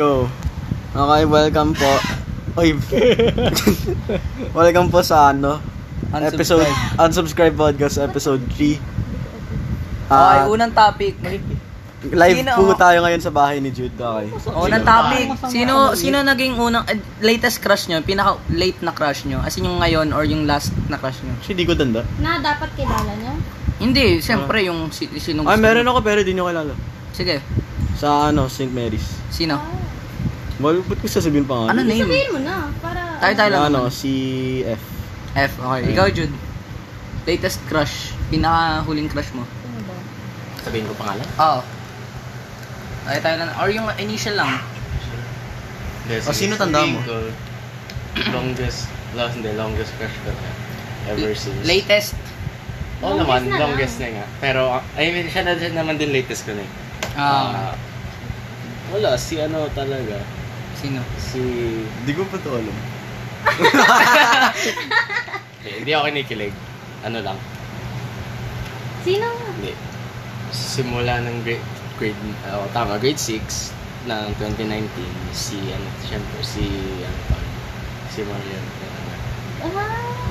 Go. Okay, welcome po. Oy. welcome po sa ano? Episode Unsubscribe Podcast episode 3. okay, Ah, unang topic. live sino- po tayo ngayon sa bahay ni Jude. Okay. Unang topic. Sino sino naging unang eh, latest crush nyo? Pinaka late na crush nyo? As in yung ngayon or yung last na crush nyo? Actually, di ko tanda. Na dapat kilala niya? Hindi, siyempre yung si, sino Ah. Ay, meron ako pero di nyo kilala. Sige, Sa ano, St. Mary's. sino? Well, ba't ko sasabihin pa Ano nga? name? Ah. Sabihin mo na, para... Tayo tayo lang. Ano, si F. Ah. F, okay. Hmm. Ikaw, Jude. Latest crush. Pinaka huling crush mo. Ano ba? Sabihin ko pangalan? Oo. Tayo tayo lang. Or yung initial lang. Yes, Oh, sino tanda mo? longest, last hindi, longest crush ko na ever since. Latest. Oo Longest naman, na lang. longest na nga. Pero, uh, I mean, siya na siya naman din latest ko na eh. Ah, Ah, wala, si ano talaga, sino? si... Di ko pa to alam. Hindi, eh, hindi ako kinikilig. Ano lang, Sino? hindi. Simula ng grade, grade oh, tama, grade 6 ng 2019, si, ano, syempre, si, ano pa, si Marian. Ah,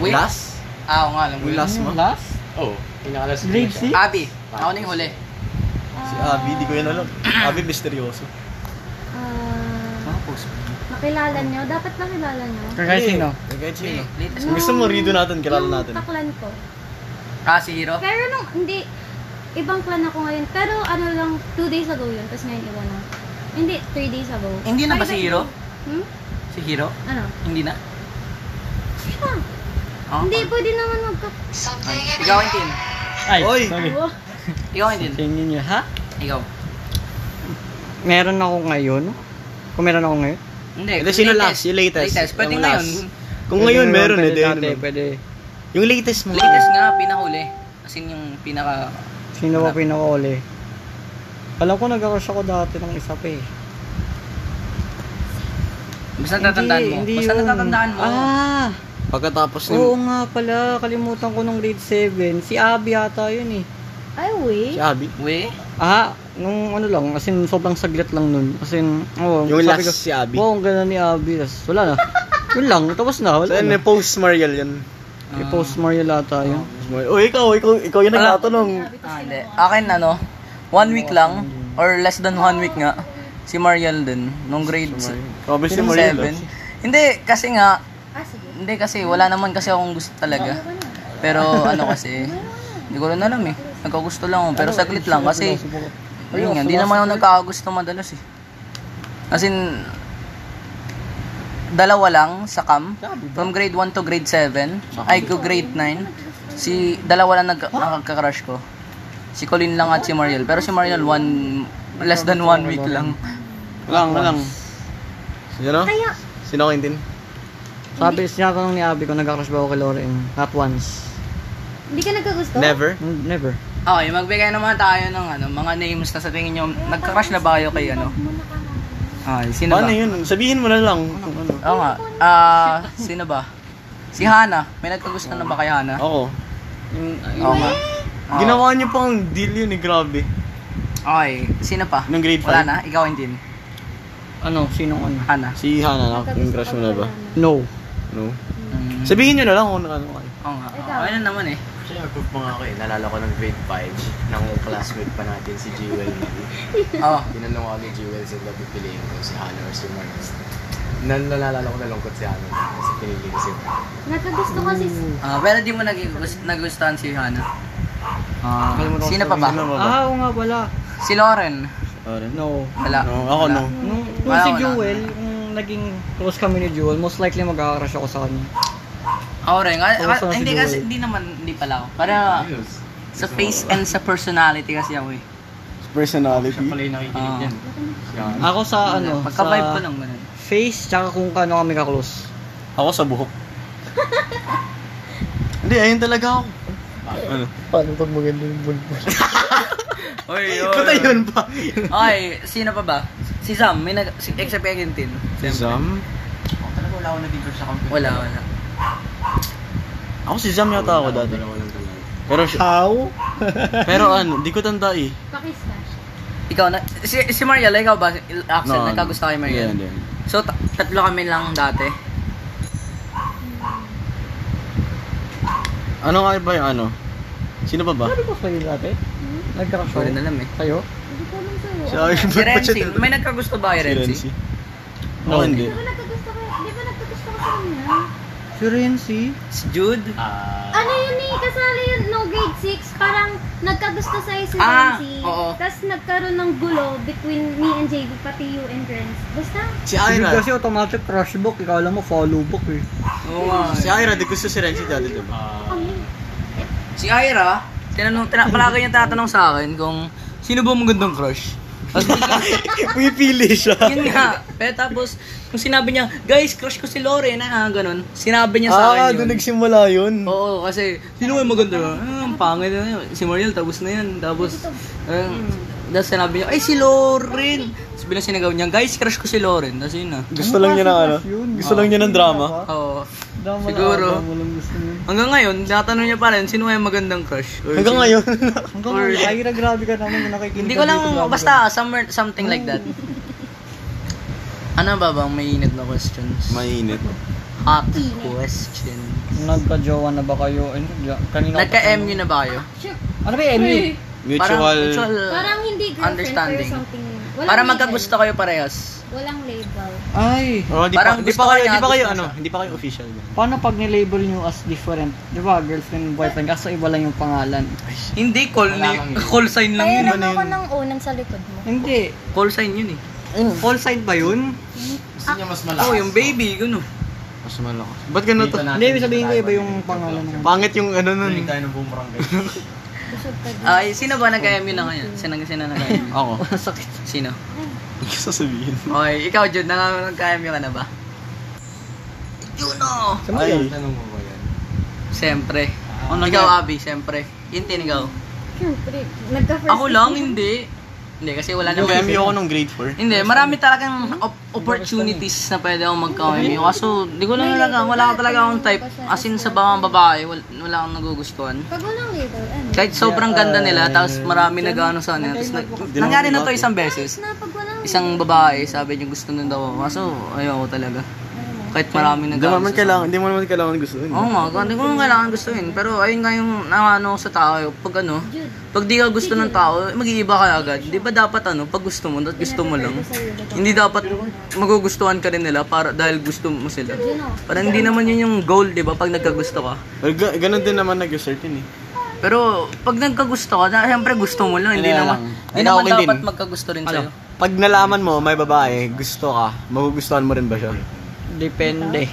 Wait. Last? Ah, oo nga alam ko. Yung yun. last mo? Ah, Last? Oh, pinakalas ko na Grade siya. six? Abby. Ako na yung huli. Si Abby, di ko yan alam. Abby, misteryoso. Ah, post? nakilala niyo? Dapat nakilala niyo? Kagaya sino? Eh, Kahit sino. Latest. Gusto mo rito natin, kilala yung natin. taklan ko. Ah, si Hero? Pero nung, hindi, ibang clan ako ngayon. Pero ano lang, two days ago yun, tapos ngayon iba na. Hindi, three days ago. Hindi na ba Private si Hero? Hmm? Si Hero? Ano? Hindi na? Sino? Oo. Hindi, pwede naman magka... Oh. Ikaw, Quentin. Ay, Oy! sorry. Oh, Ikaw, Quentin. Tingin niya, ha? Ikaw. Meron ako ngayon? Kung meron ako ngayon? Hindi. Hindi, sino last? Yung latest. Latest. Pwede Yung na last. yun. Kung ngayon, Pwede meron, eh. pwede di dati, yun. Pwede. Yung latest mo. Latest nga, pinakahuli. As in yung pinaka... Sino ba Wala. pinakauli? Alam ko nag-crush ako dati ng isa pa eh. Basta Ano natatandaan mo. Hindi, hindi Basta yun. natatandaan mo. Ah! Pagkatapos ni... Oo nga pala, kalimutan ko nung grade 7. Si Abby yata yun eh. ay, wait. Si Abby. We? Ah, nung ano lang, as in sobrang saglit lang nun. As in, oo. Yung sabi last si Abby. Oo, ang ganda ni Abby. Tapos wala na. yun lang, tapos na, wala Sa na. ano, post Mariel yan. May post Mario lata yun. Post Mariel. Oh, ikaw, ikaw, ikaw yung Wala. nagtatanong. Ah, hindi. Akin ano, one week lang, or less than one week nga, si Mariel din, nung grade Sabi si Mariel. 7. Hindi, kasi nga, Ah, sige. hindi kasi, wala naman kasi akong gusto talaga. Pero ano kasi, hindi ko rin alam eh. Nagkagusto lang ako, pero saglit lang kasi, ayun nga, hindi naman ako nagkakagusto madalas eh. As in, dalawa lang sa cam, from grade 1 to grade 7, ay to grade 9, si dalawa lang nag, nakaka-crush ko. Si Colin lang at si Mariel. Pero si Mariel, one, less than one week lang. Walang, walang. Sino? Kaya, Sino Quentin? Sabi, sinatanong ni Abby kung nagka-crush ba ako kay Lauren. Not once. hindi ka nagkagusto? Never. N- Never. Okay, magbigay naman tayo ng ano, mga names na sa tingin nyo, nagka-crush na ba kayo kay ano? Okay, sino ba? Paano Ano yun? Sabihin mo na lang. Kung ano. Oo nga. Ah, sino ba? Si Hana. May nagkagusto na ba kay Hana? Ako. Oo nga. Oo. Oh. Ginawa niyo pang deal yun eh, grabe. Okay, sino pa? Nung grade Wala five? na, ikaw hindi. Ano? Sinong ano? Hana. Si Hannah, na, yung crush mo na ba? No. No? Mm. Sabihin niyo na lang kung ano kayo. Oo nga. Oo, ayun naman eh. Actually, nag-group mga ako eh. Nalala ko ng grade 5, ng classmate pa natin, si Jewel. Oo. Tinanong ako ni Jewel sa love piliin ko si Hannah or si Mars. Nan nalala ko nalungkot si Hannah kasi pinili ko si Mars. Nagkagusto kasi si... Ah, pero di mo nagigust- nagustuhan si Hana. Ah, sino pa ba? Sino ba ba? Ah, oo nga pala. Si Lauren. Ano? No. Wala. No, ako no. Nung, nung Wala, si wala. Jewel, nung naging close kami ni Jewel, most likely magka-crush ako sa ano. kanya. Ako rin. Ah, Kamusta ah, na si hindi Joel? kasi, hindi naman, hindi pala ako. Para sa face and sa personality kasi ako eh. Personality. yung nakikinig Ah. yan. Ako sa ano, Pagka-vibe sa ko lang ganun. face, tsaka kung kano kami ka-close. Ako sa buhok. Hindi, ayun talaga ako. Ano? Oy, Ba't ayun pa? Okay, sino pa ba? Si Sam, may nag... Si, except kay Quintin. Si Zam? Talaga wala akong naging crush sa computer. Wala, wala. Ako si Zam yata ako dati. Dalawa lang talaga. Pero siya- How? pero ano, di ko tanda eh. Pakis ka. Ikaw na, si, si Mariel, ikaw ba? Axel, No, nagkagusto kay Ano? Mariel. Hindi, hindi. So, ta- tatlo kami lang dati. Ano nga ba yung ano? Sino pa ba? Sabi ko sa'yo dati. Nagka-crush Ah. Sorry ako. na lang eh. Kayo? Hindi ko lang sa'yo. Sorry, Si ba't Renzi, siya- may nagkagusto ba kay Si Renzi? Oo, hindi. Di ba nagkagusto ko? Di ba nagkagusto ko sa kanya? Si Renzi. Si Jude? Ah, Ano yun eh, kasali yun, no grade 6, parang nagkagusto sa'yo si Ah, Nancy. oo. Tapos nagkaroon ng gulo between me and JB, pati you and Renz. Basta, Si Hindi Ira. kasi automatic crush book. Ikaw alam mo, follow book eh. Oo nga. Si Ira, di gusto si Renzi dati, diba? ah, kami. Si Ira, tinanong, tina, palagi niya tatanong sa akin kung sino ba magandang crush? Tapos bigla, Pumipili siya. yun nga. Pero tapos, kung sinabi niya, guys, crush ko si Loren, ah, ganun. Sinabi niya sa Ah, akin doon yun. Oh. nagsimula yun. Oo, kasi, sino ba yung maganda? Ah, ang pangit na yun. Si Mariel, tapos na yan. Tapos, ah, tapos sinabi niya, ay, si Loren! Tapos bilang sinagaw niya, guys, crush ko si Loren. Tapos yun na. Gusto lang niya ng ano? Gusto lang niya Ah, ng drama. Oo. Drama Siguro. Lang, drama lang gusto niya. Hanggang ngayon, natanong niya pa rin, sino yung magandang crush? Or Hanggang sino- ngayon. Hanggang Or- ngayon, Ira, grabe ka naman yung nakikinig. Hindi ko ka lang, dito, grabe ka. basta, somewhere, something like that. Ano ba bang mainit na questions? Mainit. Hot question. Nagka-jowa na ba kayo? Ay, nagka- Kanina ko pa- Nagka-MU na ba kayo? Sure. Ano ba yung MU? Parang, Mutual. Parang hindi girlfriend or Uh, Understanding. something. Walang Para label. magkagusto kayo parehas. Walang label. Ay, Oh, di Parang pa, di gusto pa kayo, ko niya, di pa kayo gusto ano, siya. hindi pa kayo official. paano pag nilabel nyo as different? Di ba, girlfriend, boyfriend, kaso iba lang yung pangalan. Hindi, call, Wala ni- kang yun. call sign lang yun. Pero- Pahiram na yun? ako ng unang sa likod mo. Hindi. Call sign yun eh. All side ba yun? gusto niya mas malakas. Oo, yung baby, oh. gano'n. Mas malakas. Ba't ganun to? Dito na. Hindi, ibig sabihin ko iba yung pangalan ng... Pangit yung ano nun. Balik tayo ng boomerang guys. Busog ka din. Ay, sino ba nagka-MU na ngayon? Sino, sino nagka-MU? Ako. Sakit. Sino? Hindi ko sasabihin. Okay, ikaw Jude, nang- nagka-MU ka na ba? Juno! Ah. Ay. Tanong mo ba yan? Siyempre. Ano ikaw, yan? Abby, siyempre. Intin, ikaw. Siyempre, nagka-first Ako lang, date. hindi. Hindi, kasi wala na. Nag-MU ako nung grade 4. Hindi, marami talagang op- opportunities na pwede akong magka-MU. Kaso, di ko lang talaga, Ano wala ka talaga akong type. As in, sa bawang babae, wal- wala akong nagugustuhan. Pag walang label, ano? Kahit sobrang ganda nila, tapos marami nag-ano sa kanila. Tapos, nag- nangyari na to isang beses. na pag walang Isang babae, sabi niya gusto nun daw ako. Kaso, ayoko talaga. Kahit marami Hindi mo nag-ano naman sa kailangan, hindi mo naman kailangan gusto nun. Oo nga, hindi ko naman kailangan gustuin. Pero ayun nga yung na- ano sa tao, pag ano, pag di ka gusto ng tao, eh, mag-iiba ka agad. Di ba dapat ano, pag gusto mo, dapat gusto mo lang. Hindi dapat magugustuhan ka rin nila para dahil gusto mo sila. Parang hindi naman yun yung goal, di ba, pag nagkagusto ka. Pero ga- ganun din naman nag-assert yun eh. Pero pag nagkagusto ka, na, syempre gusto mo lang. Hindi Kaya naman, lang. Ayun, hindi Ano? naman okay din. dapat magkagusto rin sa'yo. Pag nalaman mo may babae, gusto ka, magugustuhan mo rin ba siya? Depende.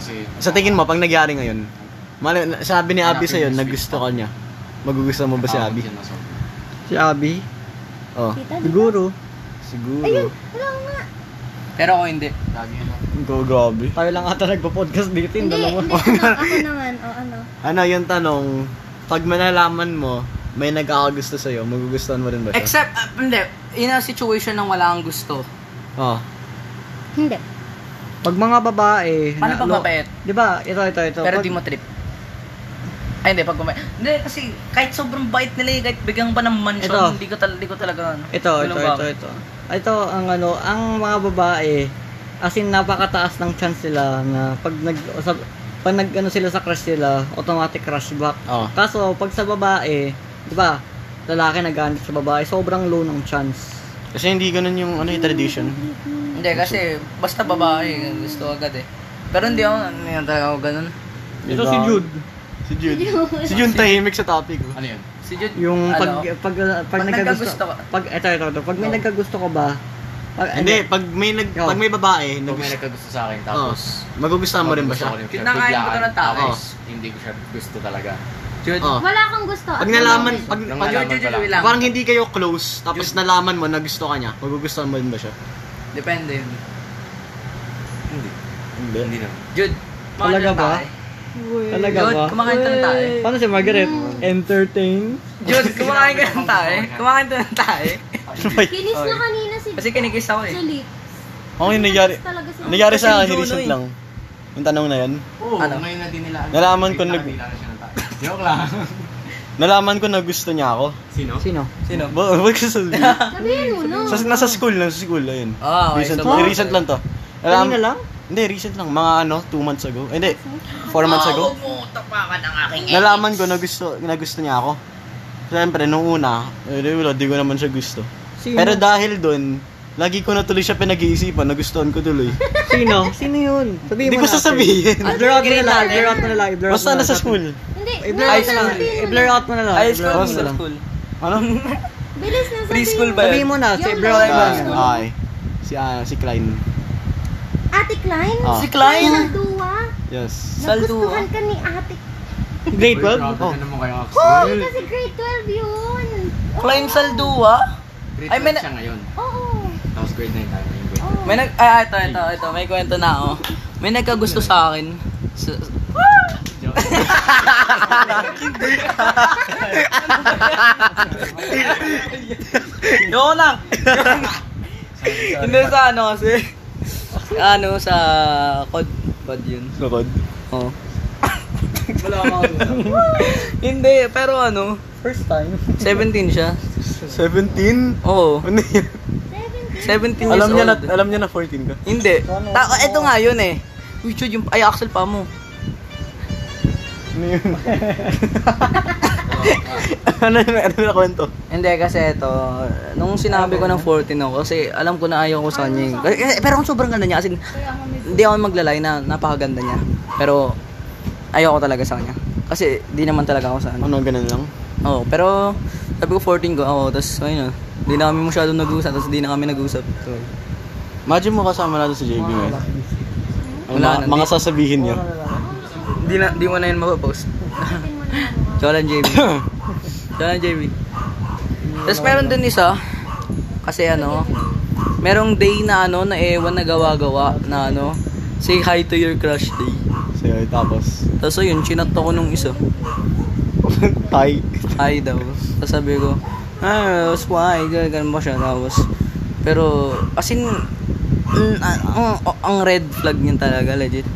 Kasi Sa tingin mo, pag nagyari ngayon, mali- na- sabi ni Abby sa'yo, nagusto ka niya. Magugustuhan mo ba Ah, si Abby? yun na sobrang. Si Abby? Oh, Siguro. siguro. Wala nga. Pero ako hindi. Lagi yun. Ikaw, grabe. Tayo lang ata nagpo-podcast dito Hindi, yung dalawa. hindi. Ano, ako naman, o ano. Ano yung tanong, pag manalaman mo, may nagkakagusto sa'yo, magugustuhan mo rin ba siya? Except, ah, hindi, in a situation na wala kang gusto. Oh. Hindi. Pag mga babae... Paano pag lo- mabait? Di ba? Ito, ito, ito. Pero Pag- di mo trip. Ay, hindi, pag kumain. Hindi, kasi kahit sobrang bait nila eh, kahit bigyan pa ng Ito. mansion, hindi ko, tal- hindi ko talaga ano. Ito, Walang ito, bakit. ito, ito. Ito, ang ano, ang mga babae, as in, napakataas ng chance nila na pag nag, sa, pag nag, ano sila sa crush nila, automatic crush back. Oh. Kaso, pag sa babae, di ba, lalaki naghanap sa babae, sobrang low ng chance. Kasi hindi ganun yung ano yung tradition. Hindi, kasi basta babae, gusto agad eh. Pero hindi ako, hindi ako talaga ako ganun. Ito si Jude. Diba? Si Jude. si Jude tahimik sa topic. oh. Ano yun? Si Jude, Yung pag, ano, pag, pag, Pag nagkagusto nagkagusto, ka- pag, ito, ito, ito, pag may Oh. nagkagusto ka ba, pag, Hindi, pag may nag, Oh. pag may babae, Pag may nagusto, nagkagusto sa akin, tapos... magugustuhan mo rin ba gusto ko siya? rin siya, Kinakain ko biglaan. ng tao. Tapos, hindi ko siya gusto talaga. Jude, Oh. Wala kang gusto. Pag nalaman, pag, Nung pag, nalaman Jude, ko Jude, lang. wait lang. parang hindi kayo close, tapos nalaman mo na gusto ka niya, magugustuhan mo rin ba siya? depende. Hindi. Hindi na. Jude, Talaga kumakain ba? tayo. Talaga Jude, ba? kumakain Mm. ka ng tayo. Paano si Margaret? Entertain? Jude, kumakain ka ng tayo. Kumakain ka ng tayo. Ano? Kinis na kanina si Kasi kinikiss ako eh. sa lips. Oo, yung nangyari, Talaga sila. nangyari Kasi sa akin, yung recent Juno eh. lang. Yung tanong na yan. Oo, Ano? ngayon na din nila. Nalaman ko nag- Nila na siya ng tao. Joke lang. Nalaman ko na gusto niya ako. Sino? Sino? Sino? Ba, wag sasabihin. Sabihin mo, no? Sa, nasa school, nasa school, ayun. Ah, okay. recent, So, eh, recent lang to. Alam- Kanina lang? Hindi, recent lang. Mga ano, two months ago. Eh, Hindi, four months Ah, ago. Nalaman ko na gusto, na gusto niya ako. Siyempre, nung una, eh, di wala, di ko naman siya gusto. Sino? Pero dahil dun, lagi ko na tuloy siya pinag-iisipan, nagustuhan ko tuloy. Sino? Sino yun? Sabihin Hindi mo ko natin. sasabihin. Ah, Blur out mo na lang, blur out mo na lang, blur out Basta mo na nasa lang sa atin. school. Hindi, I-blur na, out mo na lang, sabihin mo i-blur na. out mo na lang. High i-blur school, out mo na middle lang. school. Ano? Bilis na sabihin Preschool mo. ba Sabihin mo na, Yun si lang. blur out mo na Ah, lang. okay. Si, ah, si Klein. Ate Klein? Ah. Si Klein? Salduwa? Yes. Salduwa. Nagustuhan ka ni Ate Grade 12? Grabe Oh. ka naman kay Ox. ano Oh, kasi grade 12 yun. Oh, Klein Saldua? Grade I mean- 12 siya ngayon. Oo. Oh, Tapos grade 9 tayo ngayon. Grade Oo. May nag... Ah, ito, ito, ito. May kwento na ako. May nagkagusto sa akin. Sa- Joke. Yoko lang! Hindi sa ano kasi. Ano, sa... Kod. Kod yun. Lukod. Oo. Wala akong Hindi, pero ano. First time. 17 siya. 17? Oo. Ano yun? 17 years alam niya na, old. alam Ano? niya na 14 ka. Hindi. Ta- ito nga yun eh. Uy, Chod, yung... Ay, Axel pa mo. Ano yun? ano yun? Ano na kwento? Hindi, kasi ito, nung sinabi ko ng 14 ako, kasi alam ko na ayaw ko sa kanya. eh. Eh, Pero kung sobrang ganda niya, kasi hindi ako maglalay na napakaganda niya. Pero ayaw ko talaga sa kanya. Kasi di naman talaga ako sa ano. Ano, ganun lang? Oo, pero sabi ko 14 ko, oo, tapos ayun na. Di na kami masyadong nag-uusap, tapos di na kami nag-uusap. So, Imagine mo kasama natin si JB ngayon. Ang Wala mga, na, mga di- sasabihin niya. di na, di mo na yun mapopost. Sabihin mo na ano ka. Cholan JB. Cholan JB. Tapos meron dun isa, kasi ano, merong day na ano, na ewan na gawa-gawa, na ano, say hi to your crush day. So, yun, eh, tapos, Tapos ayun, chinat ako nung isa. tay. Hi daw. Tapos sabi ko, ah, tapos why? Ganun ganun ba siya? Tapos, pero, as in, mm, ah, ang, ang red flag niyan talaga, legit.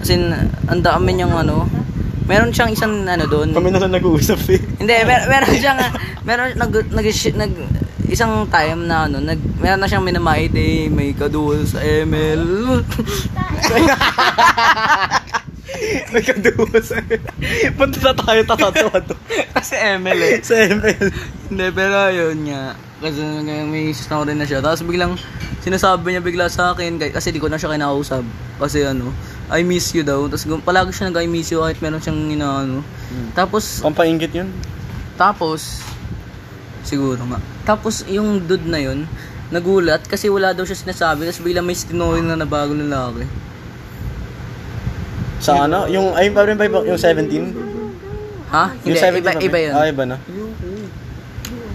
As in, ang dami niyang ano, meron siyang isang ano doon. Kami na lang nag-uusap eh. Hindi, mer meron siyang, meron, nag, nag, nag, isang time na ano, nag, meron na siyang minamahid eh, may kaduol sa ML. May kaduwa sa Punta na tayo tatatawa to. Kasi ML eh. Sa ML. Hindi, pero yun nga. Kasi nang- may issues na ako rin na siya. Tapos biglang sinasabi niya bigla sa akin, kay- kasi di ko na siya kinausap. Kasi ano, I miss you daw. Tapos gum- palagi siya nag-I miss you kahit meron siyang inaano. Tapos, Pampaingit yun. tapos, siguro nga. Tapos yung dude na yun, nagulat kasi wala daw siya sinasabi. Tapos biglang may sinoy na nabago ng lalaki. Sa ano? Yung, ay, pa rin ba yung 17? Ha? Yung Hindi, iba, kami. iba yun. Ah, iba na.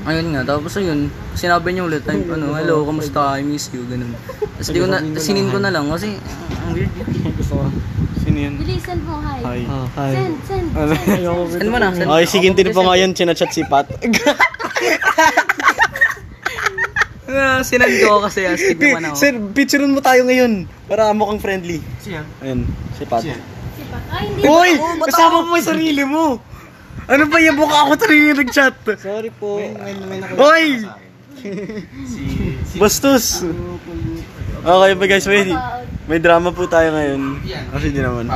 Ayun nga, tapos ayun, sinabi niya ulit, ay, ano, hello, kamusta, I miss you, ganun. Tapos di ko na, sinin ko na lang kasi, ang weird yun. Sino yun? Bilisan mo, hi. Hi. Ah, hi. Send, send, Ano? send. Send mo na, send mo. Okay, sige, hindi pa ngayon chinachat si Pat. Ah, sinan ko kasi astig naman ako. Sir, picturean mo tayo ngayon para mukhang friendly. Siya. Ayun, si Pat. Ay, hindi. Uy! Kasama mo yung sarili mo! Ano ba yung mukha ako tuloy yung nag-chat? Sorry po. Uy! Bastos! Okay ba guys, may, may drama po tayo ngayon. Kasi di naman.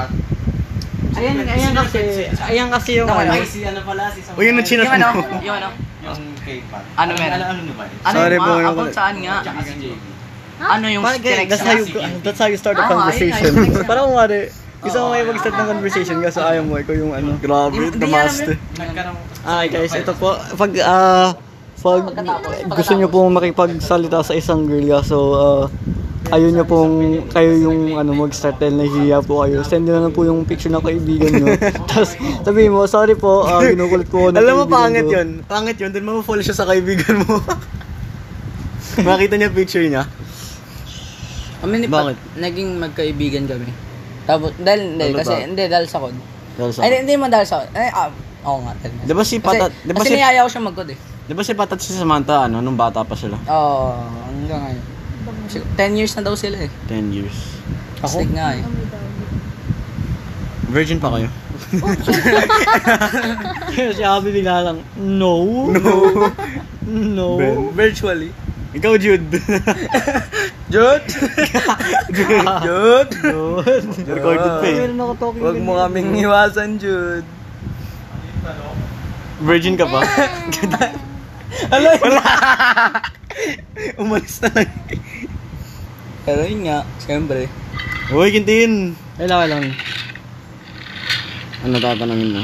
Ayan, ayan kasi, ayan kasi yung ano. Uy, yun ang chinat Yung ano, mo. yung ano, Yung K-pop. Ano meron? Ah, Ano, ano, ano ba? ano Sorry yung po, mga wala- about saan nga? Tsaka si JB. Ano yung Parang ganyan, that's how you, that's how you start a Ah, conversation. ayun, ayun. Parang wari, gusto mo kayo mag-start ng conversation kaso ayaw mo, ikaw yung ano. Grabe, the Hindi, hindi alam master. yun. Nagkaroon ko. Ay guys, ito po, pag, ah, pag gusto nyo pong makipagsalita sa isang girl kaso, ah, ayaw nyo pong kayo yung ano mag-start dahil nahihiya po kayo. Send nyo na po yung picture ng kaibigan nyo. Tapos sabihin mo, sorry po, ah, ginukulit ko. ng Alam mo, kaibigan pangit ko." yun. Pangit yun, dun mapapol siya sa kaibigan mo. Makita niya picture niya. Kami ni Pat, Bakit? naging magkaibigan kami. Tapos, dahil, hindi, Ano kasi, ba? hindi, dahil sa kod. Ay, hindi, Di hindi man dahil sa kod. Ay, ah, oo nga, dahil. ba si Kasi, Patat, di ba kasi si, niyaya ko siya mag-kod eh. di ba si Patat si Samantha, ano, nung bata pa sila? Oo, hanggang ngayon. Si- 10 years na daw sila eh. 10 years. Ako? Stick nga eh. Kami daw. Virgin pa kayo? si Abby bigla lang, no, No. no. Ben. Virtually. Ikaw, Jude. Jod! Jod! Recorded pa eh. Meron ako talking Huwag mo kanina. kaming iwasan, Jod. Virgin ka ba? Alam mo. Umalis na lang. Pero yun nga, siyempre. Uy, Kintin. Wala, wala. Ano tatanungin mo?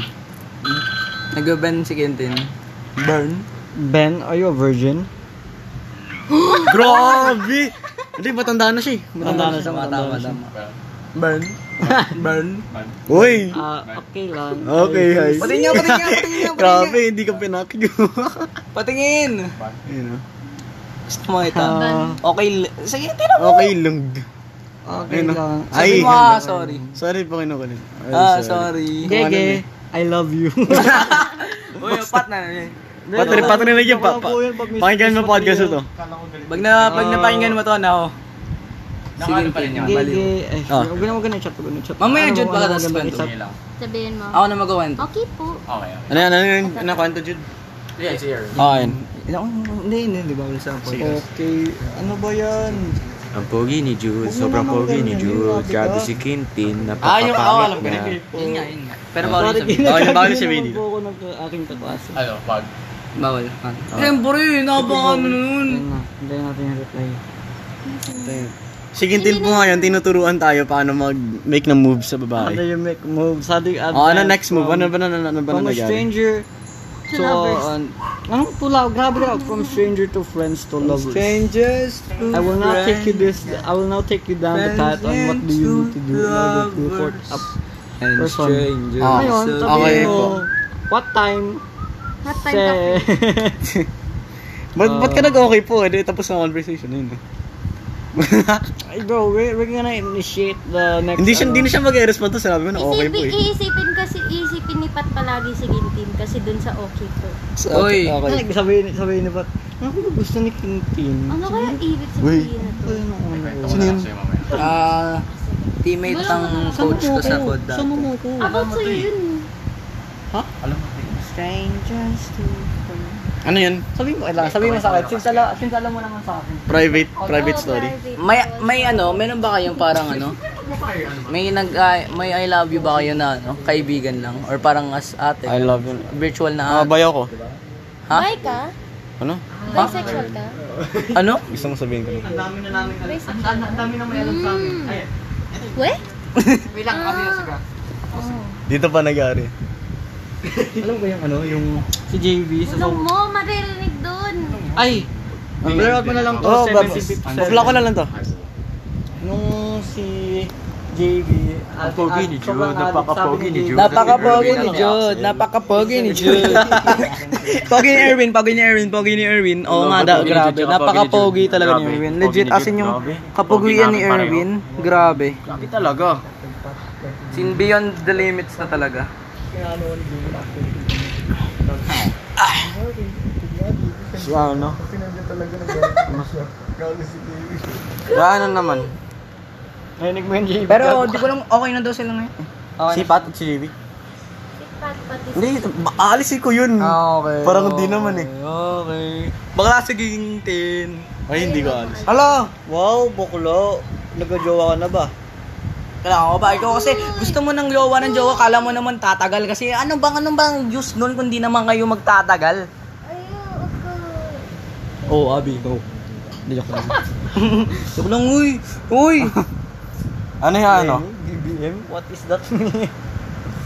Nag-ban si Kentin. Burn. Ben, are you a virgin? Grabe! Hindi, matanda na siya eh. Matanda na siya, Tama, matanda tama, na siya. tama. Burn. Burn. Uy! Ah, okay lang. Okay, hi. Patingin nga, patingin nga, patingin nga, patingin Grabe, hindi ka pinakyo. nga. Patingin! Ayun, ah. Gusto mo ito? Ah, Okay, l- sige, tira mo. okay lang. okay Ayun, ah. lang. Oh. Ay, Sabi mo, ah, sorry. Sorry pa kinukulit. Ah, sorry. Gege, I love you. Uy, pat na. eh. Patuloy, patuloy na yung papa. Wala po yun pag may- Pakinggan mo podcast ito. Pag na, pag napakinggan mo to, ano? na ako. Sige, pa rin Gege, eh, Ah. huwag na huwag na i-chat, huwag na i-chat. Mamaya, Ano, Jud, ano, baka huwag tas na kwento. i-chat. Sabihin mo. Ako na magawento. Okay po. Ano yan, ano yan, ano kwento, Jude? Yeah, it's here. Ah, Oh, yun. Hindi, hindi, di ba? Wala sa apoy. Okay, ano ba yan? Ang pogi ni Jude, Ano Huwag mo sobrang naman pogi ganun, ni hindi Jude. mabigat. Gago si Quintin, Ah, yung, ako alam napakapangit ko na. niya. Yun nga, yun nga. Pero bawal Sorry, yun sabihin. bawal ginagawa siya, naman Vinny. po ako ng aking kaklase. Ano, Bawal. Temporary, nabakan mo nun. Ayun na, hindi natin yung reply. Si Kintin po ngayon, tinuturuan tayo paano mag-make ng move sa Ano babae. yung make move? Sabi, Oh, ano next move? Ano ba na ano, ano ba na From a nangyari? stranger To to... uh, lovers. an- Anong tulaw? Grabe raw. From stranger to friends to lovers. Strangers I will not take you this. I will now take you down the path on what do you need to do in order to court up. And person. strangers. Ah, Ngayon, so- sabi okay po. mo, what time? Half time Se, coffee. Ba't, Ah. ba't ka nag-okay po? Hindi, tapos na conversation na yun. eh. Ay, bro, we're, we're gonna initiate the next. hindi siya, ano. hindi na siya mag-respond to sinabi mo na okay po Isipin, eh. iisipin kasi, iisipin ni Pat palagi si Gintin kasi dun sa okay po. Oy. Ay, sabihin, sabihin niya ba? Ano ba gusto ni King King? Ano kaya Hmm. ibig Uy. sabihin na to? Ano ano? Sino yun? Ah, teammate ang coach ko sa Kodak. Sama mo ko. About sa'yo yun. Strangers to... Ano yun? Sabihin mo, kailangan. Sabihin mo sa akin. Since alam, since alam mo naman sa akin. Private, private story. May may ano, meron ba kayong parang ano? May nag ay- may I love you ba kayo na ano, kaibigan lang or parang as ate? I love you. virtual na Ah, ate. bayo ko. Ha? Bi ka? Ano? Bisexual ka? ano? Gusto mo sabihin ko na? Bisexual ka? Ang dami na may alam sa amin. Mm. We? Bilang kami yung saga. Oh. Dito pa nag-ari. Alam ko yung ano, yung... Si JB sa... Anong mo, maririnig dun. Ay! Blur out mo na lang to. Oh, 757. bakla ko na lang to. Nung si JB... Pogi ni Jude, napaka-pogi ni Jude. Napaka-pogi ni Jude. Napaka-pogi ni Jude. pogi ni Erwin, pogi ni Erwin, pogi ni Erwin. Oh. Oo nga daw, grabe. Napaka-pogi talaga ni Erwin. Legit, ah. as in yung kapugian ni Erwin. Grabe. Grabe talaga. Sin beyond the limits na talaga. Siya, ano? Ah, ano naman? Narinig mo yung JB. Pero di ko lang okay na daw sila ngayon. Si Pat at si JB? Pat, pati Hindi, ma- aalisin ko yun. okay. Parang hindi naman eh. Okay. Bakla sa giging tin. Ay, hindi ko aalisin. Hala! Wow, buklo. Nagka-jowa ka na ba? Kailangan ko ba? Ikaw kasi gusto mo ng jowa ng jowa, kala mo naman tatagal. Kasi ano bang, ano bang use nun kung di naman kayo magtatagal? Oh, Abi, no. Hindi ako. Sabi lang, uy! Uy! Ano yung ano? BBM? What is that?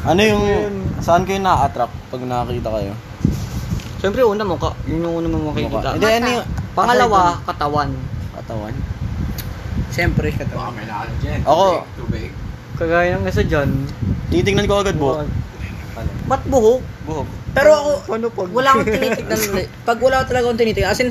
Ano yung... Saan kayo na-attract pag nakakita kayo? Siyempre, una mukha. Yun yung una mong Mukha. makikita. Hindi, ano yung... Pangalawa, katawan. Katawan. Siyempre, katawa. Ako, Kagaya ng isa dyan. titignan ko agad buhok. Ano? Ba't buhok? Buhok. Pero ako, Paano pag... wala akong tinitignan. Pag wala talaga akong tinitignan, as in,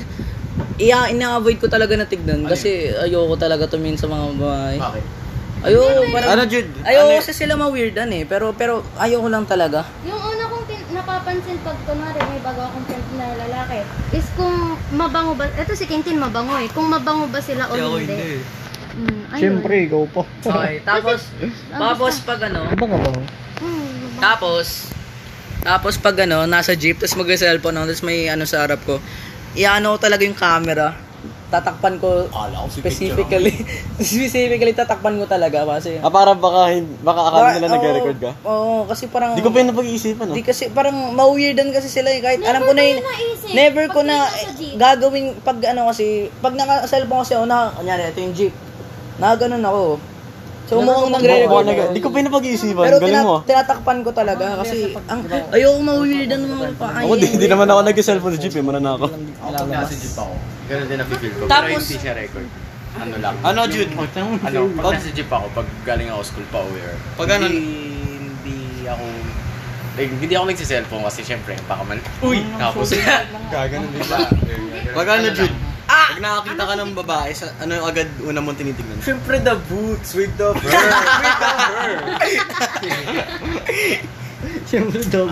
iya, ina-avoid ko talaga na tignan kasi ayoko talaga tumingin sa mga babae. Ah. Bakit? Ayoko, parang, Ano, Jude? Ano- ayoko kasi sila ma-weirdan eh, pero, pero ayoko lang talaga. Yung una kong tin- napapansin pag kunwari may bago akong friend na lalaki is kung mabango ba, eto si Quentin mabango eh, kung mabango ba sila o hindi. Mm, ayun. ikaw pa. Okay, tapos, tapos pag ano, Ano ba nga ba? Mm, Tapos, tapos pag ano, nasa jeep, tapos mag-cellphone ako, tapos may ano sa harap ko, iano ko talaga yung camera. Tatakpan ko specifically. specifically tatakpan ko talaga kasi. Ah, para baka, hin- baka akala nila Oo, nag-record ka? Oo, kasi parang Di ko pa yung napag-iisipan, oh. no? Di kasi parang ma-weirdan kasi sila eh kahit alam ko na yun. Never ko na eh, gagawin pag ano kasi pag naka-cellphone kasi ako na kanyari ito yung jeep. Na ganun ako. So mukhang Mukha nagre-record. nag- Di ko pa yung napag-iisipan, Pero galing tina- mo. ah. tinatakpan Ah, ko talaga kasi ang ayoko ma-weirdan ng mga paa. Ako, di, di naman ako nag-cellphone sa jeep, eh, mananakaw. Oh, Ganun din na-feel ko. Tapos- Pero hindi siya record. Ano lang. Ano, Jude? Ano, pag nasa jeep ako, pag galing ako school pa aware. Pag ano- hindi, hindi ako... Like, hindi ako nagsiselfone kasi syempre, baka mal... Uy! Tapos, Ah, Gaganon din ba? Pag ano, Jude? Pag nakakita ka ng babae, sa, ano yung agad una mong tinitingnan? Siyempre the boots with the fur. Siyempre, double.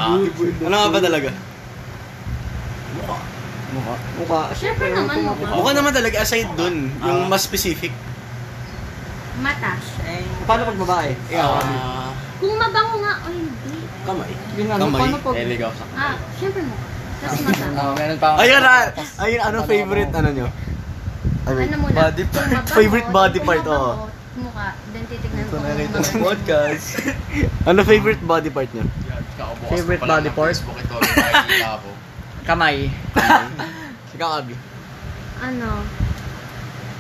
Ah. Ano nga ba talaga? Mukha. Siyempre naman mukha. Mukha naman talaga, aside dun, yung mas specific. Mata. Paano pag babae? ah, eh. Kung mabango nga o hindi. Kamay. Yun ano, nga, Kamay. paano pag... eh, ligaw sa... Ah, siyempre mukha. Tapos Ah, mata. meron pa Ayun, ah, ayun, ano favorite, ano nyo? I mean, Ano muna? Body part. Favorite body part, oo. oh. Mukha. Then titignan ko. podcast. ano favorite body part nyo? Favorite body part? Facebook ito, nakikita ako. Kamay. Si Kakabi. Ano?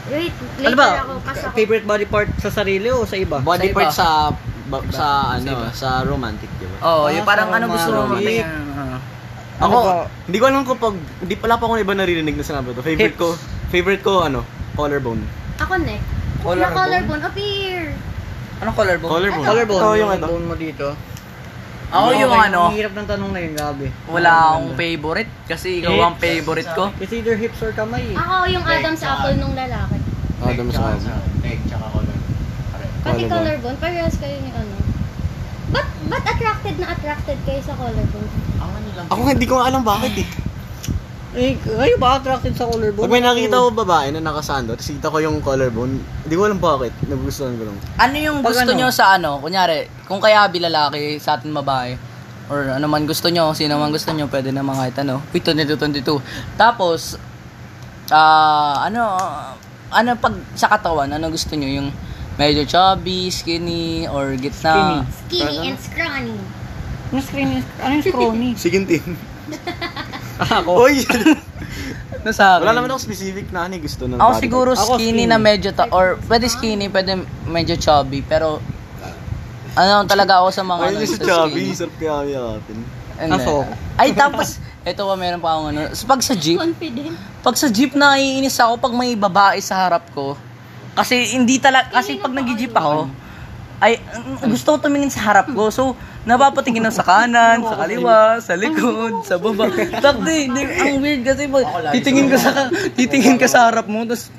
Wait, later Ano ba? ako. Kasi ako. Favorite body part sa sarili o sa iba? Body Sa iba. part sa ba- sa ano, sa romantic, di ba? Oo, oh, yung Ah, parang sa ano gusto mo romantic. tingnan, ah. Ako, ba? hindi ko alam kung pag hindi pala pa ako ng iba naririnig na sinabi to. Favorite Hips. ko, favorite ko ano, collarbone. Ako neck. Collarbone? Na collarbone. Up here. Anong color bone? Collarbone. Ah, Collarbone. Ito yung ano. Collarbone mo dito. Ako yung Okay, ano, Ang hirap ng tanong na yun, grabe. wala akong favorite kasi ikaw Eh, ang favorite ko. It's either hips or kamay. eh. Ako yung Adam's apple nung lalaki. Ah, dami sa Tsaka Egg, tsaka ko lang. Pati Collarbone. collarbone. Parehas kayo ni ano. Ba't, ba't attracted na attracted kayo sa collarbone? Ako nga, hindi ko nga alam bakit eh. Eh, kayo ba attracted sa collarbone? Pag may nakita ko babae na nakasando, tapos kita ko yung collarbone, hindi ko alam bakit. Nagustuhan ko lang. Ano yung Pag gusto ano? nyo sa ano? Kunyari, kung kaya lalaki sa atin babae, or ano man gusto nyo, sino man gusto nyo, pwede naman kahit ano. Uy, 22, 22. Tapos, ah, ano, ano pag sa katawan, ano gusto nyo? Yung medyo chubby, skinny, or gitna? Skinny and scrawny. Yung screen is, ano yung scrawny? Sige, Tim. Ako. Oy! Ano sa akin? Wala naman ako specific na ano eh, gusto ng Ako body siguro type. Ako skinny, skinny. na medyo ta- or pwede skinny, pwede medyo chubby, pero ano talaga ako sa mga Ay, yung si gusto Chubby, skinny. sarap kaya yakapin. Ano? Ako. Ay, tapos, eto pa, meron pa akong ano. Pag sa jeep, Confident. Pag sa jeep naiinis ako pag may babae sa harap ko. Kasi hindi talaga kasi pag nag-jeep ako ay ang- gusto ko tumingin sa harap ko. So napapatingin ako sa kanan, sa kaliwa, sa likod, sa baba. Takti, di, ang weird kasi pag titingin ka sa titingin ka sa harap mo tapos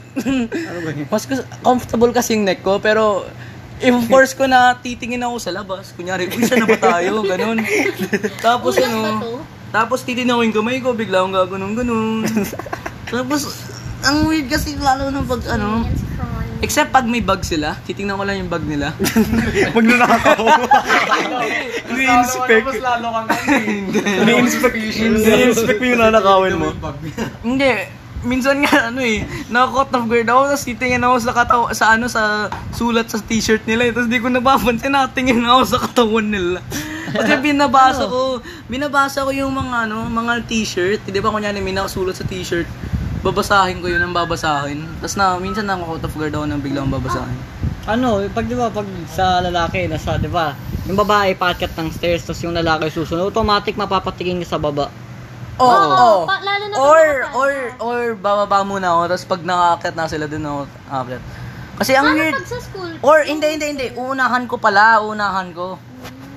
mas gus- comfortable kasi yung neck ko pero i-force ko na titingin ako sa labas. Kunyari, uy, saan na ba tayo? Ganun. Tapos Ulas ba to? ano, tapos titinawin kamay ko, bigla akong gaganong ganun. Tapos, ang weird kasi lalo nung pag ano, Skinny and scrawny. except pag may bag sila, titingnan ko lang yung bag nila. Pag nanakaw. Ano, Ni-inspect. Ni-inspect. Ni-inspect mo yung nanakawin mo. Hindi, minsan nga ano eh, nakakot off guard ako, tapos titingin ako sa kataw sa ano, sa sulat sa t-shirt nila eh. Tapos di ko napapansin, nakatingin ako sa katawan nila. Kasi binabasa Ano? ko, binabasa ko yung mga ano, mga t-shirt. Di ba kunyari may nakasulat sa t-shirt, babasahin ko yun ang babasahin. Tapos na, minsan nakakot off guard ako nang biglang babasahin. Ano, pag di ba, pag sa lalaki, nasa, di ba, yung babae paakyat ng stairs, tapos yung lalaki susunod, automatic mapapatingin ka sa baba. Oo. Ah. Oo, pa- lalo na pag or, nakataas. or, or, bababa muna ako, tapos pag nakakakit na sila, dun ako aakyat. Kasi ang Paano weird, pag sa school? or hindi, hindi, hindi, uunahan ko pala, uunahan ko.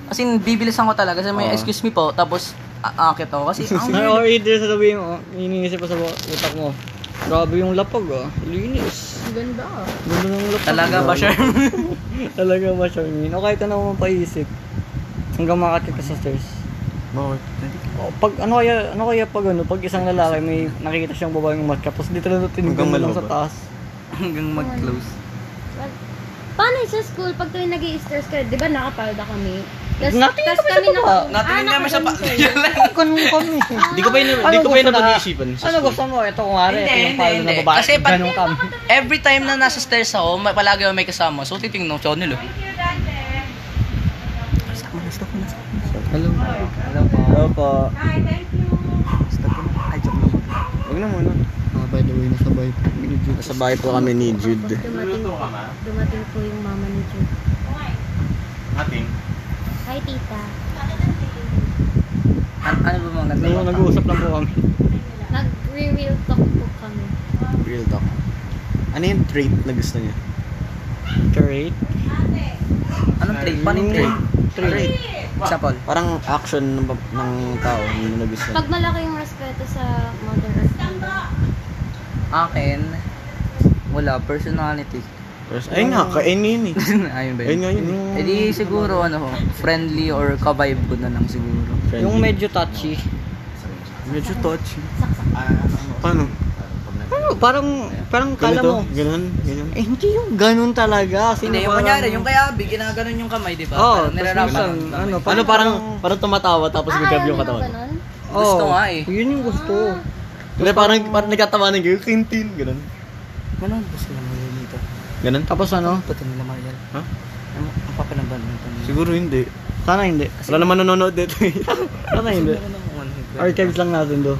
Kasi bibilisan ko talaga, kasi may excuse me po, tapos aakit ako. Kasi ang Or- Or weird. either sa tabi mo, iniisip pa sa bu- utak mo. Grabe yung lapag ah. Linis. Ganda ah. Ganda ng lapag. Talaga ba, sure? Talaga ba, Charmin? O kahit ano mong paisip. Hanggang makakit ka sa stairs. Bakit? O, pag ano kaya, ano kaya pag ano, pag isang lalaki may nakikita siyang babaeng umat tapos dito lang tinignan Hanggang mo lang sa malaba. taas. Hanggang mag-close. Well, Paano yung sa school, pag tuwing nag i stress ka, di ba nakapalda kami? Tas, Natingin tas kami sa kami baba. na... Natingin Ah, kami sa pa... nakaganito. Yan lang. Ganun kami. Hindi ko pa yun, Ano hindi ko pa yun gusto na- napag-iisipan. sa Ano school. gusto mo? Ito kung hari, Hindi, ito yung hindi, palo na hindi. babae. Kasi pag- Ganun kami. Every time na nasa stairs ako, may, palagi ako may kasama. So, titingnan ko nila. Hello. Hello po. Hello po. Hi, thank you. Stop na. Ay, joke lang. Huwag na muna. Ah, by the way, nasa bahay po. Nasa bahay po kami ni Jude. Dumating, dumating po yung mama ni Jude. Ating. Hi, tita. An- ano ba mga Ano, nag-uusap lang po kami. Nag-real talk po kami. Real talk. Ano yung trait na gusto niya? Great. Anong trade? Paano yung trade? Trait. Example. Parang action ng, bab- ng tao, ano yun yung nagustuhan. Pag malaki yung respeto sa mother of God. Akin, wala. Personality. Pers- Ayun nga, kainin yun eh. Ayun ba Ayun yun? nga yun. eh. Eh di siguro ano, friendly or ka-vibe ko na lang siguro. Friendly. Yung medyo touchy. medyo touchy. Paano? Ano, parang, parang kala Ganito? mo. Ganun? Ganun? Eh, hindi yung ganun talaga. Kasi Hindi, yung parang- kunyari, yung kaya big, ginaganon yung kamay, di ba? Oo, Parang tas nirarapat Oh, ng minsan, kamay. ano, Ah, Ano parang, parang tumatawa tapos gagab yung katawan. Ah, Ganun? Gusto nga eh. Yun ah, oh. yung gusto. Hindi, parang, parang nagkatawa ng kayo, kintin, ganun. Ano gusto mo yun dito? Ganun? Tapos ano? Pati nila Mariel. Ha? Ano, ang papalaban mo ito. Siguro hindi. Sana hindi. Wala naman nanonood dito eh. Sana hindi. Archives lang natin do.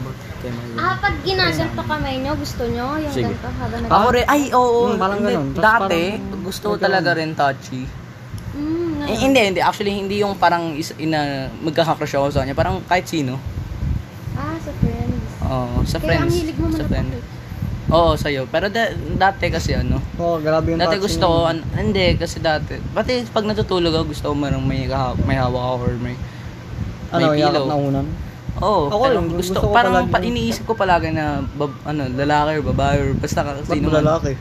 Ah, pag ginaganto kamay nyo, gusto nyo yung Sige. ganito habang nag- Ako rin, ay oo, Hmm, parang hindi. ganun. Tas dati, parang- gusto parang talaga ganun. rin touchy. Eh, Mm, ganun. hindi, hindi. Actually, hindi yung parang is, ina, magkakakrush ako sa kanya. Parang kahit sino. Ah, sa friends. Oo, sa Kaya ang friends. hilig mo sa friend. manapakit. Oo, sa'yo. Pero da- dati kasi ano, Oh, grabe yung dati touching gusto ko, yun. an- hindi, kasi dati. Pati pag natutulog ako, gusto ko marang may, kaha- may hawak ako or may, Ano, may yakap na pillow. unan? Oo, Ako parang rin, gusto, gusto ko parang palagi pa, yun. iniisip ko palagi na bab- ano, lalaki or babae or basta ka- Ba't sino mo man. lalaki?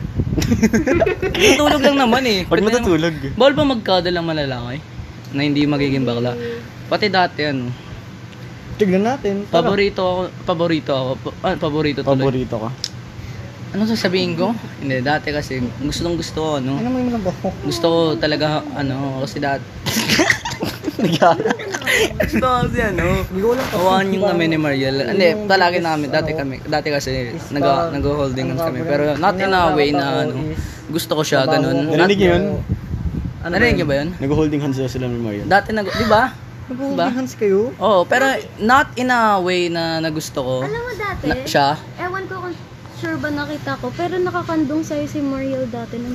Natutulog lang naman eh. Pag Pwede naman- matutulog. Bawal ba magkada lang malalaki? Na hindi magiging bakla. Pati dati ano, Tignan natin. Tara. paborito ako, paborito ako, pa, ah, paborito tuloy. Paborito ka. Ano sasabihin ko? Hindi, dati kasi gusto nung gusto ko, ano. Ano mo yung labo? Gusto ko talaga, ano, kasi dati. gusto ko kasi ano, Hindi ko alam diba? kasi Awan yung parang- kami ni Mm. Mariel. Hindi, yung palagi biggest, namin. Dati ano, kami, dati kasi is nag parang- nag-holding hands ano, kami. parang- Pero not in a way na Ang ano, is- gusto ko siya, ganun. trabaho. Narinig niyo yun? Ano Narinig niyo ba yun? Nag-holding hands daw sila ni Mario. Dati nag, di ba? Ba? Nag-holding hands kayo? Oo, pero not in a way na nagusto ko. Alam mo dati, Na, siya. ewan ko kung sure ba nakita ko, pero nakakandong sa'yo si Muriel dati. Nung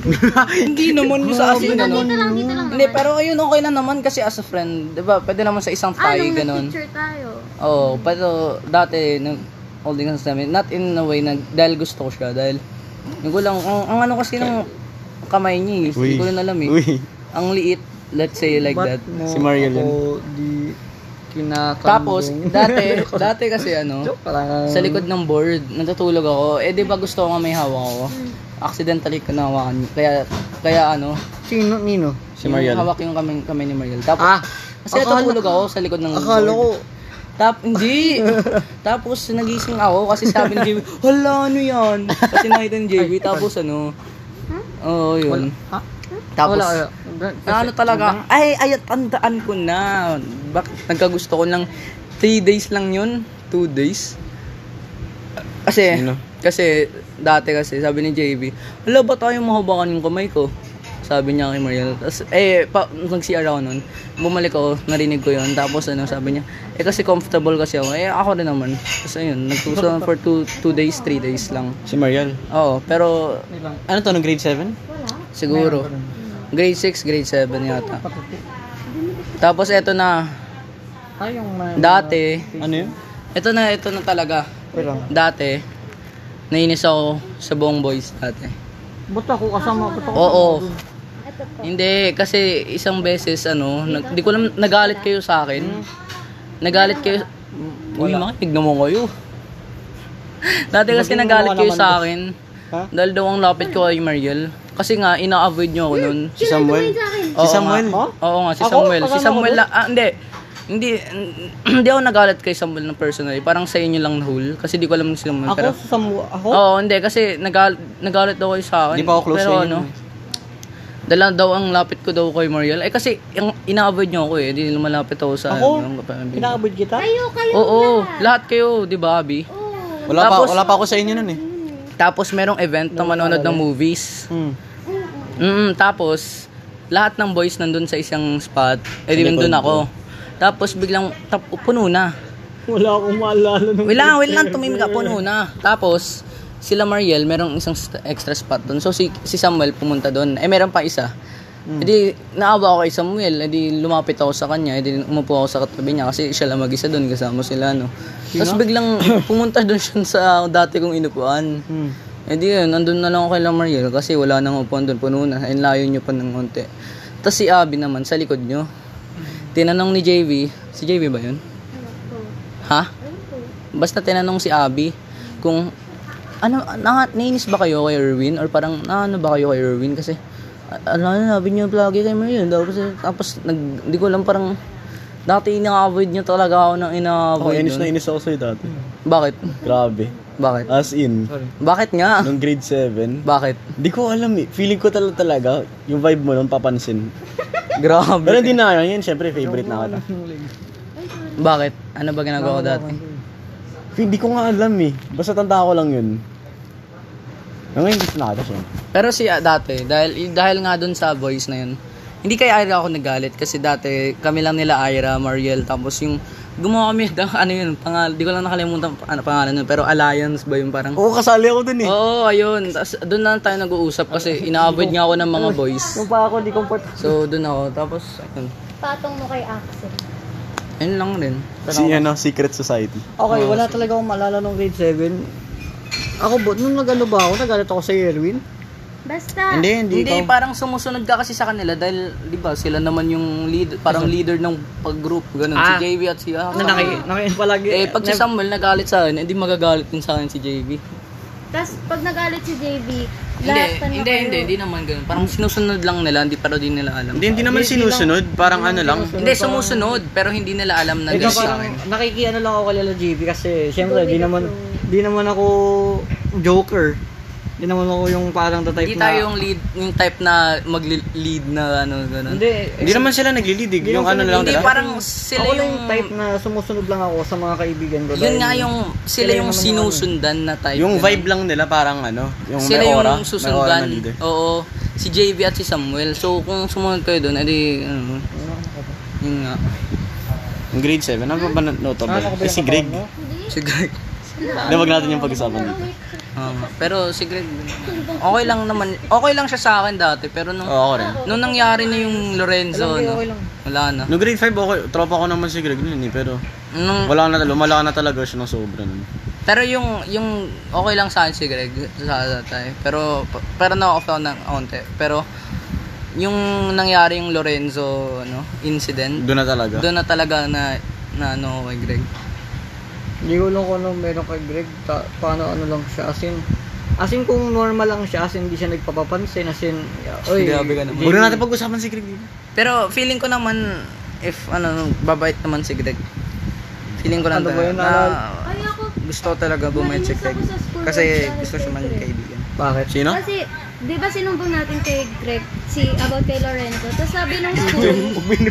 Hindi naman yung sa akin, ganun. dito lang, dito lang Hindi, naman. pero ayun, okay lang naman kasi as a friend, di ba? Pwede naman sa isang ah, tayo, nung ganun. nag-picture tayo. Oo, pero dati, nag holding hands namin, not in a way na, dahil gusto ko siya, dahil, hindi ko lang, ang, ang ano kasi nung kamay niya, eh, Uy. hindi ko rin alam eh. Uy. Ang liit, let's say like that. Ba't mo Si Mariel yun. ako di kinakandong? Tapos, dati, dati kasi ano, Joke lang. sa likod ng board, natutulog ako, eh di ba gusto ko nga may hawak ako? Hmm. Accidentally ko nahawakan, kaya, kaya ano, Sino? Nino? Si Mariel. Hawak yung kamay, kamay ni Mariel. Tapos, Ah! kasi akala- natutulog ako sa likod ng Akala board. ko, Tap, hindi. tapos nagising ako kasi sabi ni JB, hala, ano yan? Kasi nakita ni JB, tapos ano, oo, yun. Ha? Tapos, Wala, wala. Gan- na ano talaga, ay, ay, tandaan ko na. Bakit nagkagusto ko ng 3 days lang yun, 2 days. Kasi, Sino? kasi, dati kasi, sabi ni JB, hala, ba tayo mahabakan yung kamay ko? Sabi niya kay Mariel. Tapos, eh, pa, nag-CR ako nun. Bumalik ako, narinig ko yun. Tapos, ano, sabi niya, eh, kasi comfortable kasi ako. Eh, ako rin naman. Tapos, ayun, nagtuso for 2 days, 3 days lang. Si Mariel. Oo, pero, Ano to, nung grade 7? Siguro. Grade 6, grade 7 yata. Tapos eto na, Ay, yung man. dati, Ano yun? eto na, eto na talaga. Wait lang. Dati, nainis ako sa buong boys dati. Ba't ako kasama? Ba't ako Oo. Ito po. Hindi, kasi isang beses, ano, nag, di ko alam, nagalit kayo sa akin. Nagalit kayo, uy, makinig naman kayo. Dati kasi Buti mo nagalit wala kayo naman sa akin. Ha? Dahil daw ang lapit ko kay Mariel. Kasi nga, ina-avoid nyo ako nun. Si Samuel? Sa akin, Si Oo Samuel? nga. Oo nga, si Ako? Samuel. Parang Si Samuel ako lang, ah, hindi. Hindi, hindi ako nagalit kay Samuel ng personally. Parang sa inyo lang na whole. Kasi di ko alam si Samuel. Ako pero, sa Samu- Ako? Oh, Oo, hindi. Kasi nagal, nagalit daw kayo sa akin. Di pa ako close pero, sa inyo. Ano, Dala daw ang lapit ko daw kay Mariel. Eh kasi yung inaabot niyo ako eh, hindi lumalapit ako sa Ako? ano, kapamilya. Inaabot kita? Kayo, kayo Oo, oh, lahat. lahat kayo, 'di ba, Abi? Oo. Wala Tapos- pa, wala pa ako sa inyo nun eh. Tapos merong event na manonood ng movies. Hmm. Mm, tapos lahat ng boys nandun sa isang spot. Eh Sa di likod nandun ako. Tapos biglang tap, puno na. Wala akong maalala nung... Wala, wala lang tumimik ka puno na. Tapos sila Mariel, merong isang st- extra spot doon. So si, si Samuel pumunta doon. Eh meron pa isa. Eh di naawa ako kay Samuel, eh di lumapit ako sa kanya, eh di umupo ako sa katabi niya kasi siya lang mag-isa doon kasama sila no. Tapos biglang pumunta doon siya sa dati kong inupuan. Hmm. Eh di yun, nandun na lang ako kay La Mariel kasi wala nang upuan doon, puno na. And layo nyo pa ng konti. Tapos si Abby naman, sa likod nyo. Tinanong ni JV, si JV ba yun? Ha? Basta tinanong si Abby kung ano, na, nainis ba kayo kay Erwin? Or parang, na, ano ba kayo kay Erwin? Kasi, a- ano, na, sabi niyo lagi kay Mariel. Tapos, eh, tapos nag, hindi ko alam, parang, dati ina-avoid niyo talaga ako ng Ako, ina-avoid. inis na nun. inis ako sa'yo dati. Bakit? Grabe. Bakit? As in, Bakit nga? nung grade 7, Bakit? di ko alam eh. Feeling ko talaga talaga, yung vibe mo nun papansin. Grabe. Pero hindi na yun, syempre favorite na kita. Bakit? Ano ba ginagawa ko dati? Hindi ko nga alam eh. Basta tanda ko lang yun. Ngayon, gusto na kita siya. Pero si ah, dati, dahil dahil nga dun sa boys na yun, hindi kay Ira ako nagalit kasi dati kami lang nila Ira, Mariel, tapos yung gumawa kami ng ano yun, pangal, di ko lang nakalimutan pa- ano, pangalan nun, pero Alliance ba yung parang? Oh, Oo, kasali ako dun eh. Oo, ayun. Tas, doon na lang tayo nag-uusap kasi inaabot niya ako ng mga boys. Nung pa ako, di comfort. So, doon ako. Tapos, ayun. Patong mo kay Axel. Ayun lang rin. Si ano, Secret Society. Okay, wala talaga akong maalala nung grade 7. Ako, ba, nung nag-ano ba ako, nagalit ako sa Erwin. Basta. Hindi, hindi, Hindi, ikaw. parang sumusunod ka kasi sa kanila dahil, di ba, sila naman yung lead, parang leader ng pag-group, ganun. Ah. Si JV at si ah, Ano, naki, naki, palagi. Eh, pag si Samuel nagalit sa akin, hindi magagalit din sa akin si JB. Tapos pag nagalit si JB, Hindi, lastan na hindi, kayo. hindi, hindi naman ganun. Parang sinusunod lang nila, hindi pero di nila alam. Hindi, hindi naman sinusunod. Parang ano lang. Hindi, sumusunod, pero hindi nila alam na Ikaw ganun sa parang akin. nakikiano lang ako kay Lala JB kasi syempre di naman di naman ako joker. Di naman ako yung parang the type Hindi na tayo yung lead, yung type na mag-lead na ano, ganun. Hindi. Hindi naman sila naglilidig. Hindi Yung ano naman sila lang Hindi, nila. parang sila ako lang yung, yung type na sumusunod lang ako sa mga kaibigan ko. yun dahil nga yung, sila yung ano, sinusundan na type. Yung ganun. vibe lang nila parang ano, yung sila may yung aura. May aura susundan. na leader. Oo. Si JV at si Samuel. So, kung sumunod kayo doon, edi, ano, yun nga. Yung grade 7, ano pa ba na- notable? Ano ka ba Eh, yung si Greg. kapatid mo? Si Greg. Na wag natin yung pag-usapan dito. Ah, pero si Greg, okay lang naman. Okay lang siya sa akin dati, pero nung, Oo, ako rin. nung nangyari na yung Lorenzo, Alam ko, no, okay lang. wala na. No grade 5 okay, tropa ko naman si Greg nun eh, pero Nung, wala na lumala na talaga siya ng sobra nun. pero yung, yung okay lang sa akin si Greg, sa dati. Pero, pero na-off ako ng onte. Pero, yung nangyari yung Lorenzo, ano, incident, Doon na talaga. doon na talaga na, na ano, kay Greg. Hindi ko alam kung ano meron kay Greg, ta- paano ano lang siya, as in, as in kung normal lang siya, as in hindi siya nagpapapansin, as in, oy, Grabe ka naman. JB, Huwag na natin pag-usapan si Greg. Pero, feeling ko naman, if, ano, babait naman si Greg. Feeling ko lang Ano ba talaga yun, na, Aral? Ay, ako. gusto ko talaga bumait si Nainis Greg. ako sa school Kasi lunch gusto siya dahil kay maging Greg. kaibigan. Bakit? Sino? Kasi, di ba sinumbong natin kay Greg si about kay Lorenzo? Tapos sabi nung school,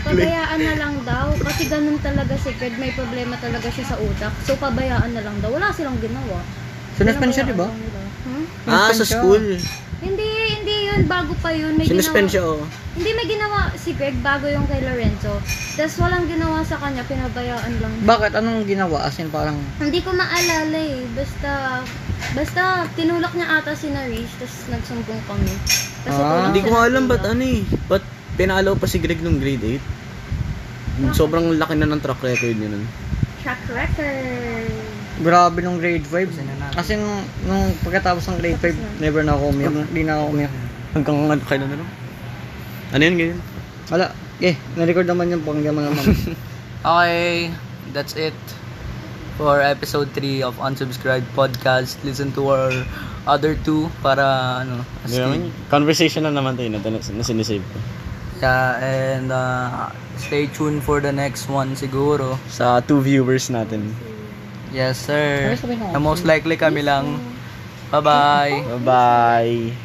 pabayaan na lang daw. Kasi ganun talaga si Greg, may problema talaga siya sa utak. So, pabayaan na lang daw. Wala silang ginawa. So, na-spend siya, di ba? Pinabayaan lang daw. Hmm? Ah, sa school. Hindi, hindi yun. Bago pa yun. May Sinuspend ginawa- siya, oh. Hindi may ginawa si Greg bago yung kay Lorenzo. Tapos walang ginawa sa kanya, pinabayaan lang. Bakit? Anong ginawa? As in, parang, Hindi ko maalala eh. Basta, basta tinulak niya ata si Narish, tapos nagsumbong kami. Tapos Ah. tulak Hindi siya ko ng alam ba't tulak. ano eh. Ba't pinalaw pa si Greg nung grade 8? Sobrang laki na ng track record niya nun. Track record. grabe nung grade 5. As in, nung, nung pagkatapos ng grade 5, never na ako umiyak. Hindi na ako umiyak. Hanggang ano, kailan na lang? Ano yun, ganyan? Wala. Eh, na-record naman yung pangyaman naman. Okay, that's it for episode 3 of Unsubscribed Podcast. Listen to our other two para ano, Hindi naman. Conversation na naman tayo na, na, na sinisave ko. yeah, and uh, stay tuned for the next one siguro. Sa two viewers natin. Yes, sir. And most likely kami lang. Bye-bye. Bye-bye!